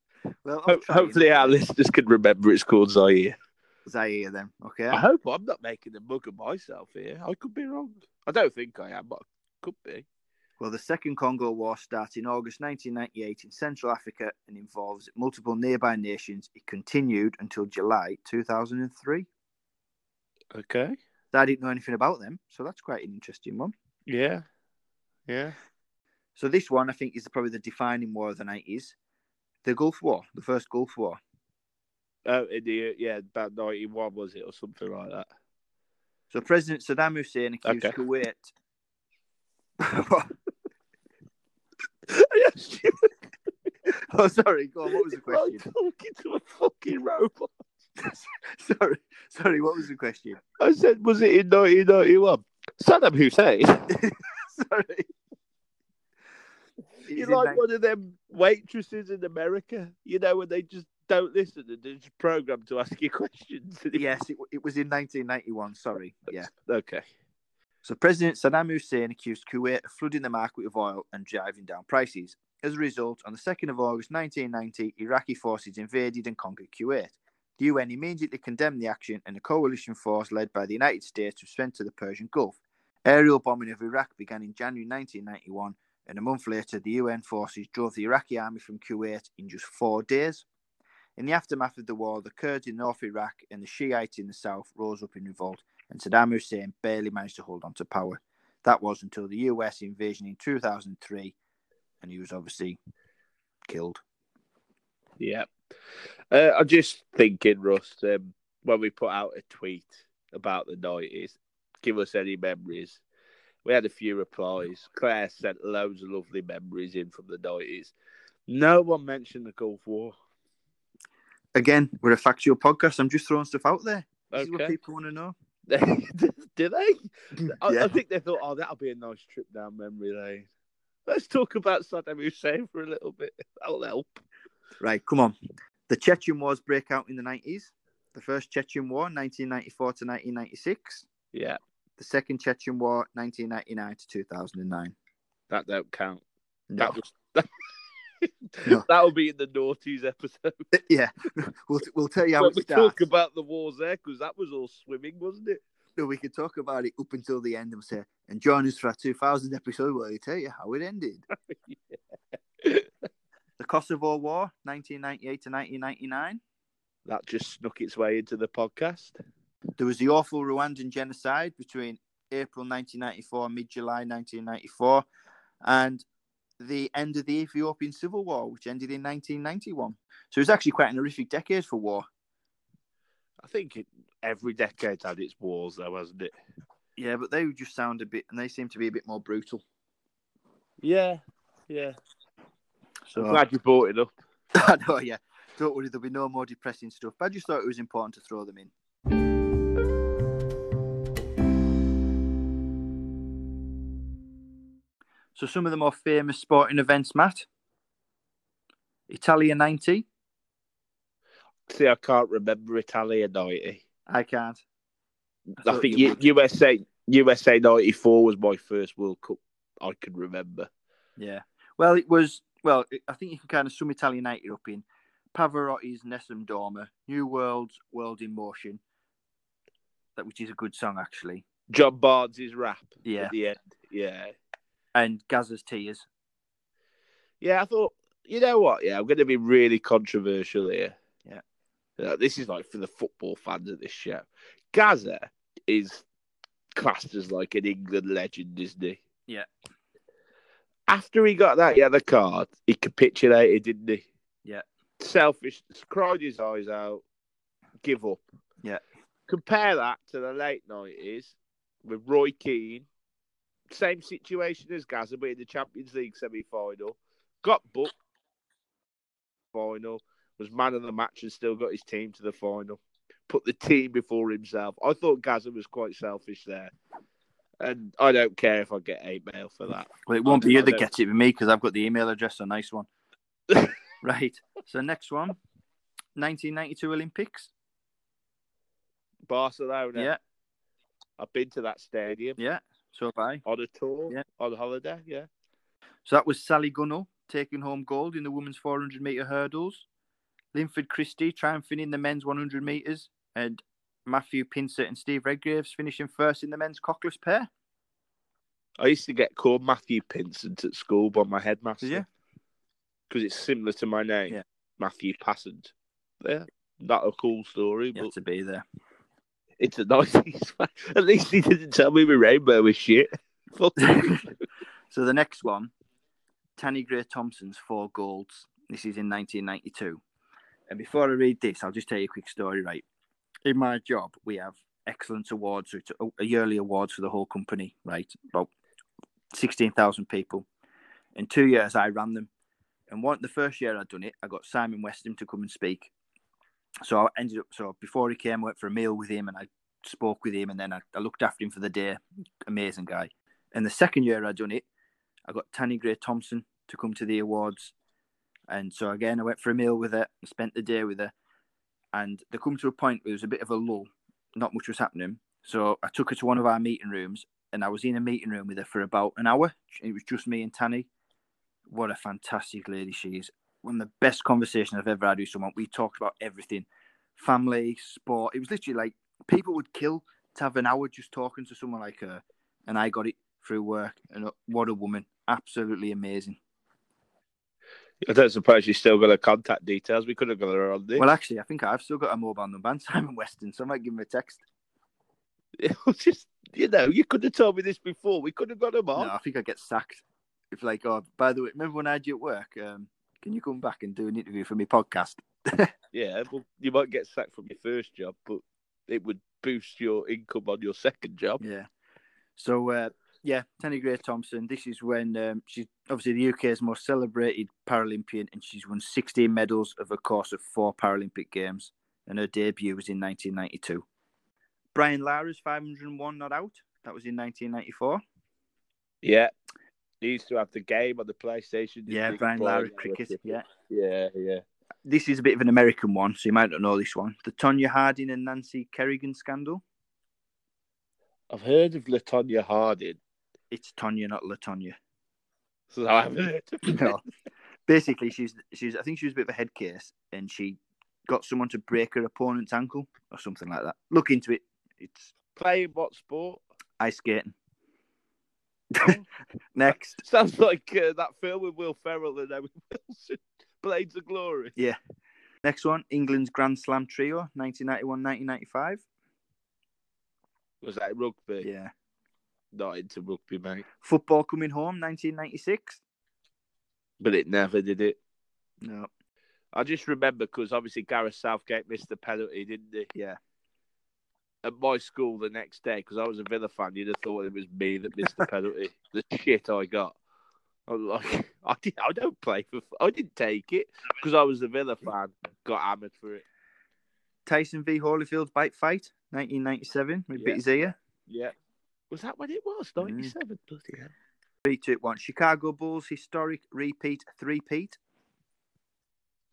[SPEAKER 1] Well, I'm
[SPEAKER 2] ho-
[SPEAKER 1] trying.
[SPEAKER 2] hopefully our listeners can remember it's called Zaire.
[SPEAKER 1] Zaire then. Okay.
[SPEAKER 2] I hope I'm not making a mug of myself here. I could be wrong. I don't think I am, but I could be.
[SPEAKER 1] Well, the Second Congo War starts in August 1998 in Central Africa and involves multiple nearby nations. It continued until July 2003.
[SPEAKER 2] Okay.
[SPEAKER 1] I didn't know anything about them, so that's quite an interesting one.
[SPEAKER 2] Yeah. Yeah.
[SPEAKER 1] So this one, I think, is probably the defining war of the 90s. The Gulf War, the first Gulf War.
[SPEAKER 2] Oh, in the, yeah, about 91, was it, or something like that?
[SPEAKER 1] So President Saddam Hussein accused
[SPEAKER 2] Okay.
[SPEAKER 1] Kuwait.
[SPEAKER 2] Yes, you
[SPEAKER 1] oh, sorry. Go on. What was the
[SPEAKER 2] were
[SPEAKER 1] Oh, question?
[SPEAKER 2] talking to a fucking robot.
[SPEAKER 1] sorry, sorry. What was the question?
[SPEAKER 2] I said, was it in 1991? Saddam Hussein.
[SPEAKER 1] Sorry. It
[SPEAKER 2] You're
[SPEAKER 1] was in
[SPEAKER 2] like
[SPEAKER 1] nine-
[SPEAKER 2] one of them waitresses in America, you know, when they just don't listen and they're just programmed to ask you questions.
[SPEAKER 1] yes, it, w- it was in 1991. Sorry. Yeah.
[SPEAKER 2] Okay.
[SPEAKER 1] So President Saddam Hussein accused Kuwait of flooding the market with oil and driving down prices. As a result, on the 2nd of August 1990, Iraqi forces invaded and conquered Kuwait. The UN immediately condemned the action, and a coalition force led by the United States was sent to the Persian Gulf. Aerial bombing of Iraq began in January 1991, and a month later, the UN forces drove the Iraqi army from Kuwait in just four days. In the aftermath of the war, the Kurds in North Iraq and the Shiites in the south rose up in revolt and Saddam Hussein barely managed to hold on to power. That was until the US invasion in 2003, and he was obviously killed.
[SPEAKER 2] Yeah. Uh, I'm just thinking, Russ, um, when we put out a tweet about the 90s, give us any memories. We had a few replies. Claire sent loads of lovely memories in from the 90s. No one mentioned the Gulf War.
[SPEAKER 1] Again, we're a factual podcast. I'm just throwing stuff out there. This is what
[SPEAKER 2] Okay.
[SPEAKER 1] people want to know.
[SPEAKER 2] Do they? I,
[SPEAKER 1] yeah.
[SPEAKER 2] I think they thought, oh, that'll be a nice trip down memory lane. Let's talk about Saddam Hussein for a little bit. That'll help.
[SPEAKER 1] Right, come on. The Chechen Wars break out in the 90s. The first Chechen War, 1994 to 1996.
[SPEAKER 2] Yeah,
[SPEAKER 1] The second Chechen War, 1999 to 2009.
[SPEAKER 2] that don't count.
[SPEAKER 1] No.
[SPEAKER 2] That was that'll be in the noughties episode.
[SPEAKER 1] yeah, we'll, we'll tell you how
[SPEAKER 2] when
[SPEAKER 1] it
[SPEAKER 2] we
[SPEAKER 1] starts.
[SPEAKER 2] talk about the wars there, because that was all swimming, wasn't it?
[SPEAKER 1] No, we could talk about it up until the end and say, and join us for our 2000 episode where we tell you how it ended. the Kosovo War, 1998 to 1999.
[SPEAKER 2] That just snuck its way into the podcast.
[SPEAKER 1] There was the awful Rwandan genocide between April 1994 and mid July 1994. And the end of the Ethiopian Civil War, which ended in 1991. So it was actually quite an horrific decade for war.
[SPEAKER 2] I think it, every decade had its wars, though, hasn't it?
[SPEAKER 1] Yeah, but they just sound a bit, and they seem to be a bit more brutal.
[SPEAKER 2] Yeah, yeah.
[SPEAKER 1] So
[SPEAKER 2] Glad you brought it up.
[SPEAKER 1] I know, yeah. Don't worry, there'll be no more depressing stuff. But I just thought it was important to throw them in. So, some of the more famous sporting events, Matt. Italia 90.
[SPEAKER 2] See, I can't remember Italia ninety.
[SPEAKER 1] I can't.
[SPEAKER 2] I
[SPEAKER 1] thought
[SPEAKER 2] think
[SPEAKER 1] you
[SPEAKER 2] U-
[SPEAKER 1] would.
[SPEAKER 2] USA USA ninety four was my first World Cup I can remember.
[SPEAKER 1] Yeah. Well, it was, well, it, I think you can kind of sum Italia 90 up in Pavarotti's Nessun Dorma, New World's World in Motion, that which is a good song, actually,
[SPEAKER 2] John Barnes' rap
[SPEAKER 1] Yeah.
[SPEAKER 2] at the end. Yeah.
[SPEAKER 1] and Gazza's Tears.
[SPEAKER 2] Yeah, I thought, you know what? Yeah, I'm going to be really controversial here.
[SPEAKER 1] Yeah.
[SPEAKER 2] Uh, this is like for the football fans of this show. Gaza is classed as like an England legend, isn't he?
[SPEAKER 1] Yeah.
[SPEAKER 2] After he got that yellow card, he capitulated, didn't he?
[SPEAKER 1] Yeah.
[SPEAKER 2] Selfish, cried his eyes out, give up.
[SPEAKER 1] Yeah.
[SPEAKER 2] Compare that to the late 90s with Roy Keane. Same situation as Gaza, but in the Champions League semi final got booked final, was man of the match and still got his team to the final. Put the team before himself. I thought Gaza was quite selfish there. And I don't care if I get eight mail for that.
[SPEAKER 1] Well, it won't be you
[SPEAKER 2] I'll
[SPEAKER 1] that
[SPEAKER 2] do it.
[SPEAKER 1] gets it with me because I've got the email address. A nice one. right. So next one, 1992 Olympics.
[SPEAKER 2] Barcelona.
[SPEAKER 1] Yeah,
[SPEAKER 2] I've been to that stadium
[SPEAKER 1] yeah. So have I.
[SPEAKER 2] on a tour,
[SPEAKER 1] Yeah.
[SPEAKER 2] on holiday. Yeah.
[SPEAKER 1] So that was Sally Gunnell taking home gold in the women's 400 meter hurdles. Linford Christie triumphing in the men's 100 meters, and Matthew Pinsett and Steve Redgraves finishing first in the men's cockless pair.
[SPEAKER 2] I used to get called Matthew Pinsent at school by my headmaster.
[SPEAKER 1] Did you?
[SPEAKER 2] Because it's similar to my name,
[SPEAKER 1] Yeah.
[SPEAKER 2] Matthew Passant. Yeah. Not a cool story,
[SPEAKER 1] You
[SPEAKER 2] but
[SPEAKER 1] had to be there.
[SPEAKER 2] It's the nineties. At least he didn't tell me my rainbow was shit. Fuck.
[SPEAKER 1] So the next one, Tanny Gray Thompson's four golds. This is in 1992. And before I read this, I'll just tell you a quick story. Right, in my job, we have excellence awards, which are a yearly awards for the whole company. Right, about sixteen thousand people. In two years, I ran them, and one the first year I'd done it, I got Simon Weston to come and speak, So I ended up so before he came, I went for a meal with him, and I spoke with him, and then I, I looked after him for the day. Amazing guy. And the second year I done it, I got Tanny Gray Thompson to come to the awards, and so again I went for a meal with her, I spent the day with her, and they come to a point where there was a bit of a lull, not much was happening. So I took her to one of our meeting rooms, and I was in a meeting room with her for about an hour. It was just me and Tanny. What a fantastic lady she is. One of the best conversations I've ever had with someone. We talked about everything family, sport. It was literally like people would kill to have an hour just talking to someone like her. And I got it through work. And uh, what a woman. Absolutely amazing.
[SPEAKER 2] I don't suppose you still got her contact details. We could have got her on this.
[SPEAKER 1] Well, actually, I think I've still got a mobile number and Simon Weston, so I might give him a text.
[SPEAKER 2] It was just, you know, you could have told me this before. We could have got him on.
[SPEAKER 1] No, I think I get sacked. If like, oh, by the way, remember when I had you at work? Um, can you come back and do an interview for my podcast?
[SPEAKER 2] Yeah, well, you might get sacked from your first job, but it would boost your income on your second job.
[SPEAKER 1] Yeah. So uh, yeah, Tanny Gray Thompson. This is when um, she's obviously the UK's most celebrated Paralympian, and she's won 16 medals of a course of four Paralympic Games, and her debut was in 1992. Brian Lara's 501 not out. That was in 1994.
[SPEAKER 2] Yeah. He used to have the game on the PlayStation. didn't
[SPEAKER 1] Yeah,
[SPEAKER 2] he?
[SPEAKER 1] Brian
[SPEAKER 2] Boy,
[SPEAKER 1] Lara cricket. Yeah.
[SPEAKER 2] Yeah, yeah.
[SPEAKER 1] This is a bit of an American one, so you might not know this one. The Tonya Harding and Nancy Kerrigan scandal.
[SPEAKER 2] I've heard of Latonya Harding.
[SPEAKER 1] It's Tonya, not Latonya.
[SPEAKER 2] So I haven't heard of
[SPEAKER 1] no. Basically, she's she's. I think she was a bit of a head case, and she got someone to break her opponent's ankle or something like that. Look into it. It's
[SPEAKER 2] Playing what sport?
[SPEAKER 1] ice skating. Next,
[SPEAKER 2] Sounds like uh, that film with Will Ferrell and Owen Wilson, Blades of Glory.
[SPEAKER 1] next one. England's Grand Slam trio, 1991-1995.
[SPEAKER 2] Was that rugby?
[SPEAKER 1] Yeah.
[SPEAKER 2] Not into rugby, mate.
[SPEAKER 1] Football coming home, 1996.
[SPEAKER 2] But it never did it.
[SPEAKER 1] No.
[SPEAKER 2] I just remember because obviously Gareth Southgate missed the penalty, didn't he?
[SPEAKER 1] Yeah.
[SPEAKER 2] At my school the next day, because I was a Villa fan, you'd have thought it was me that missed the penalty. the shit I got. I'm like, I, did, I don't play for. I didn't take it because I was a Villa fan. Got hammered for it.
[SPEAKER 1] Tyson v Holyfield's bike fight, 1997. We
[SPEAKER 2] Yeah.
[SPEAKER 1] bit his ear.
[SPEAKER 2] Yeah. Was that when it was?
[SPEAKER 1] Mm.
[SPEAKER 2] 97. Bloody hell.
[SPEAKER 1] Three, two, one. Chicago Bulls historic repeat, three-peat.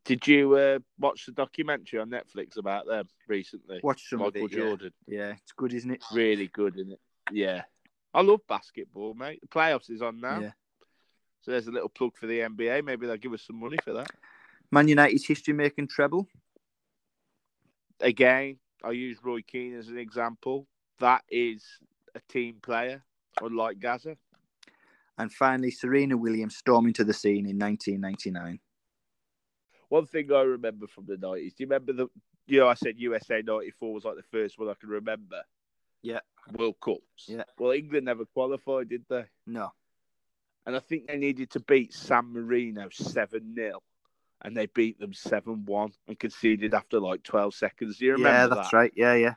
[SPEAKER 2] Did you uh, watch the documentary on Netflix about them recently?
[SPEAKER 1] Watch some
[SPEAKER 2] Michael
[SPEAKER 1] of it. yeah.
[SPEAKER 2] Jordan.
[SPEAKER 1] yeah, it's good, isn't it?
[SPEAKER 2] Really good, isn't it? Yeah. I love basketball, mate. The playoffs is on now.
[SPEAKER 1] Yeah.
[SPEAKER 2] So there's a little plug for the NBA. Maybe they'll give us some money for that.
[SPEAKER 1] Man United's history making treble.
[SPEAKER 2] Again, I use Roy Keane as an example. That is a team player, unlike Gaza.
[SPEAKER 1] And finally, Serena Williams storming to the scene in 1999.
[SPEAKER 2] One thing I remember from the 90s, do you remember the, you know, I said USA 94 was like the first one I can remember.
[SPEAKER 1] Yeah.
[SPEAKER 2] World Cups.
[SPEAKER 1] Yeah.
[SPEAKER 2] Well, England never qualified, did they?
[SPEAKER 1] No.
[SPEAKER 2] and I think they needed to beat San Marino 7 0. And they beat them 7 1 and conceded after like 12 seconds. Do you remember
[SPEAKER 1] yeah, that's
[SPEAKER 2] that?
[SPEAKER 1] right. Yeah, yeah.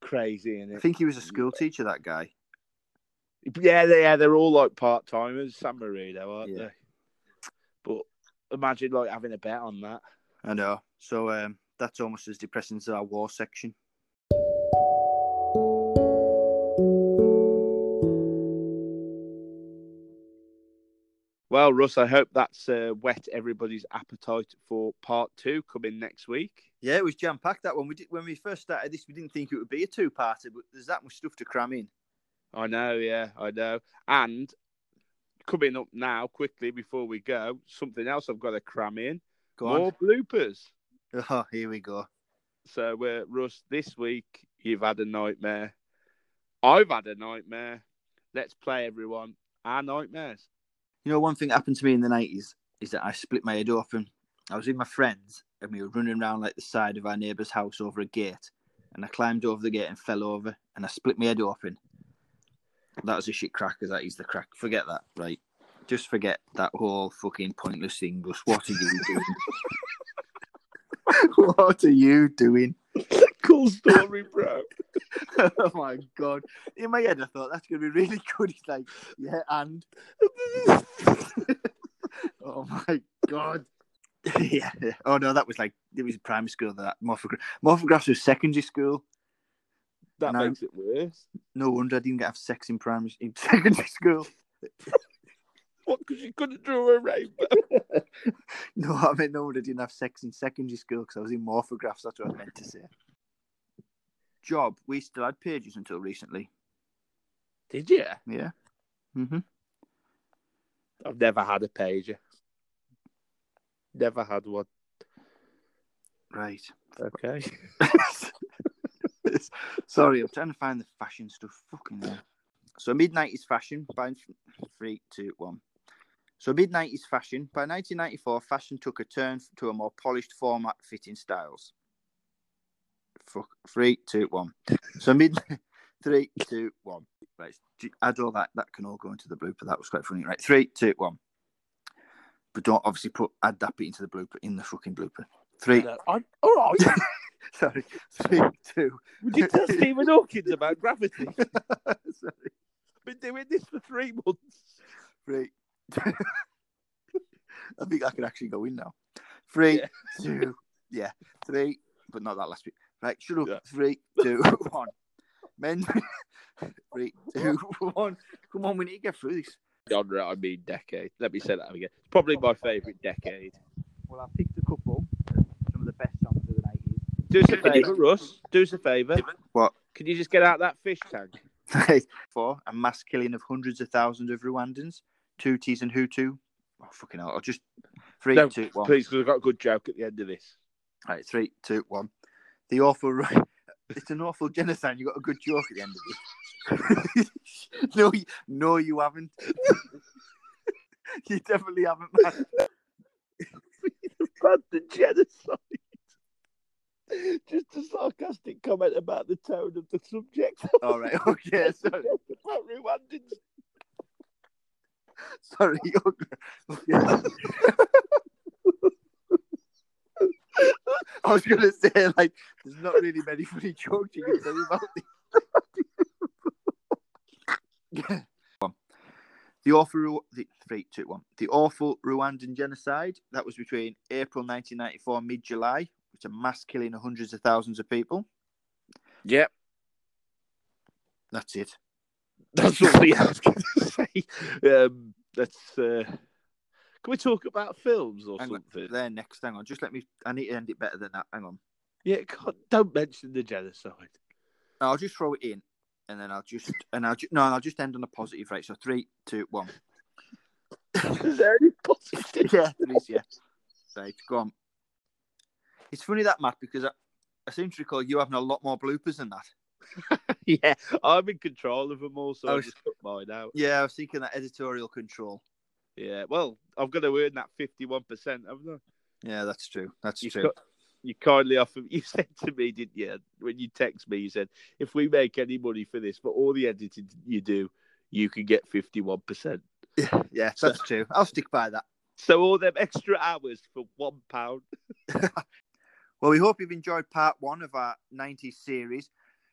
[SPEAKER 2] Crazy, is
[SPEAKER 1] I
[SPEAKER 2] it?
[SPEAKER 1] think he was a school teacher, that guy.
[SPEAKER 2] Yeah, they, yeah, they're all like part timers, San Marino, aren't
[SPEAKER 1] Yeah.
[SPEAKER 2] they? But imagine like having a bet on that.
[SPEAKER 1] I know. So um, that's almost as depressing as our war section.
[SPEAKER 2] Well, Russ, I hope that's uh, whet everybody's appetite for part two coming next week.
[SPEAKER 1] Yeah, it was jam packed that one. We did when we first started this, we didn't think it would be a two parter, but there's that much stuff to cram in.
[SPEAKER 2] I know, yeah, I know. And coming up now, quickly before we go, something else I've got to cram in
[SPEAKER 1] Go
[SPEAKER 2] more bloopers.
[SPEAKER 1] on. Oh, here we go.
[SPEAKER 2] So, uh, Russ, this week you've had a nightmare. I've had a nightmare. Let's play, everyone. Our nightmares.
[SPEAKER 1] You know, one thing that happened to me in the nineties is that I split my head open. I was with my friends and we were running around like the side of our neighbour's house over a gate, and I climbed over the gate and fell over, and I split my head open. That was a shit cracker. That is the crack. Forget that, right? Just forget that whole fucking pointless thing. Gus, what are you doing? what are you doing?
[SPEAKER 2] cool story, bro.
[SPEAKER 1] oh my god! In my head, I thought that's gonna be really good. It's like, yeah, and oh my god. yeah. Oh no, that was like it was primary school. That morphograph. Morphographs was secondary school.
[SPEAKER 2] That
[SPEAKER 1] No.
[SPEAKER 2] makes it worse.
[SPEAKER 1] No wonder I didn't get have sex in primary in secondary school.
[SPEAKER 2] What? Because you couldn't draw a rainbow.
[SPEAKER 1] No, I meant no wonder I didn't have sex in secondary school because I was in morphographs. That's what I meant to say. Job. We still had pages until recently.
[SPEAKER 2] Did you?
[SPEAKER 1] Yeah. Mm-hmm.
[SPEAKER 2] I've never had a pager. Never had one.
[SPEAKER 1] Right.
[SPEAKER 2] Okay.
[SPEAKER 1] Sorry, I'm trying to find the fashion stuff. Fucking hell. So mid nineties fashion by three, two, one. So mid nineties fashion by 1994, fashion took a turn to a more polished format, fitting styles. Fuck three, two, one. So mid three, two, one. Right, do- add all that. That can all go into the blooper. That was quite funny. Right, three, two, one. But don't obviously put add that bit into the blooper in the fucking blooper. Three,
[SPEAKER 2] No, I'm, all right.
[SPEAKER 1] sorry, three, two.
[SPEAKER 2] Would you tell Stephen Hawkins about gravity?
[SPEAKER 1] Sorry.
[SPEAKER 2] Been doing this for three months.
[SPEAKER 1] Three. I think I can actually go in now. Three,
[SPEAKER 2] Yeah.
[SPEAKER 1] two, yeah, three, but not that last bit. Right, shut up.
[SPEAKER 2] Yeah.
[SPEAKER 1] Three, two, one. Men. Three, two, one. Come on, we need to get through this.
[SPEAKER 2] Genre, I mean decade. Let me say that again. It's probably my favourite decade.
[SPEAKER 1] Well, I picked a couple, some of the best songs of the night.
[SPEAKER 2] Do us a favour, Russ. Do us a favour.
[SPEAKER 1] What?
[SPEAKER 2] Can you just get out that fish tank?
[SPEAKER 1] Four, a mass killing of hundreds of thousands of Rwandans, Tutsis and Hutu. Oh, fucking hell. I'll just. three, two,
[SPEAKER 2] No,
[SPEAKER 1] one.
[SPEAKER 2] Please, because I've got a good joke at the end of this.
[SPEAKER 1] Right, three, two, one. The awful. ri- It's an awful genocide. You got a good joke at the end of it. no, you- no, you haven't. you definitely haven't, man.
[SPEAKER 2] But the genocide. Just a sarcastic comment about the tone of the subject.
[SPEAKER 1] All right, okay, sorry,
[SPEAKER 2] About Rwandans.
[SPEAKER 1] sorry. okay. I was gonna say like, there's not really many funny jokes you can tell about this. The awful Ru- the three, two, one. The awful Rwandan genocide that was between April 1994 and mid-July, which a mass killing of hundreds of thousands of people.
[SPEAKER 2] Yep.
[SPEAKER 1] That's it.
[SPEAKER 2] That's what we have to say. Um, let's. Uh, can we talk about films or
[SPEAKER 1] Hang on.
[SPEAKER 2] something?
[SPEAKER 1] There next. Hang on. Just let me. I need to end it better than that. Hang on.
[SPEAKER 2] Yeah, God, don't mention the genocide.
[SPEAKER 1] No, I'll just throw it in, and then I'll just and I'll ju- no, I'll just end on a positive. Right. So three, two, one.
[SPEAKER 2] Is there any positive?
[SPEAKER 1] yeah, there is. Yeah. Right. Go on. It's funny that Matt because I, I seem to recall you having a lot more bloopers than that.
[SPEAKER 2] yeah, I'm in control of them all, so
[SPEAKER 1] Oh,
[SPEAKER 2] I'll
[SPEAKER 1] s-
[SPEAKER 2] just cut mine out.
[SPEAKER 1] Yeah, I was thinking that editorial control.
[SPEAKER 2] Yeah, well, I've got to earn that 51%, haven't I?
[SPEAKER 1] Yeah, that's true. That's
[SPEAKER 2] You,
[SPEAKER 1] true.
[SPEAKER 2] cut- you kindly offered, you said to me, didn't you, when you text me, you said, if we make any money for this, for all the editing you do, you can get 51%.
[SPEAKER 1] yeah, that's true. I'll stick by that.
[SPEAKER 2] So all them extra hours for one pound.
[SPEAKER 1] Well, we hope you've enjoyed part one of our 90s series.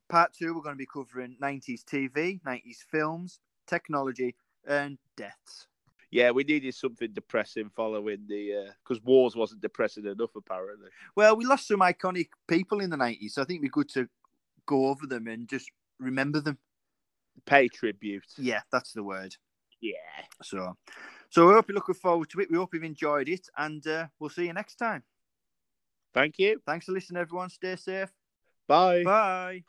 [SPEAKER 1] Part two, we're going to be covering 90s TV, 90s films, technology, and deaths.
[SPEAKER 2] Yeah, we needed something depressing following the, because Wars wasn't depressing enough, apparently.
[SPEAKER 1] Well, we lost some iconic people in the 90s, so I think it'd be good to go over them and just remember them.
[SPEAKER 2] Pay tribute.
[SPEAKER 1] Yeah, that's the word.
[SPEAKER 2] Yeah.
[SPEAKER 1] So, so we hope you're looking forward to it. We hope you've enjoyed it, and uh, we'll see you next time.
[SPEAKER 2] Thank you.
[SPEAKER 1] Thanks for listening, everyone. Stay safe.
[SPEAKER 2] Bye.
[SPEAKER 1] Bye.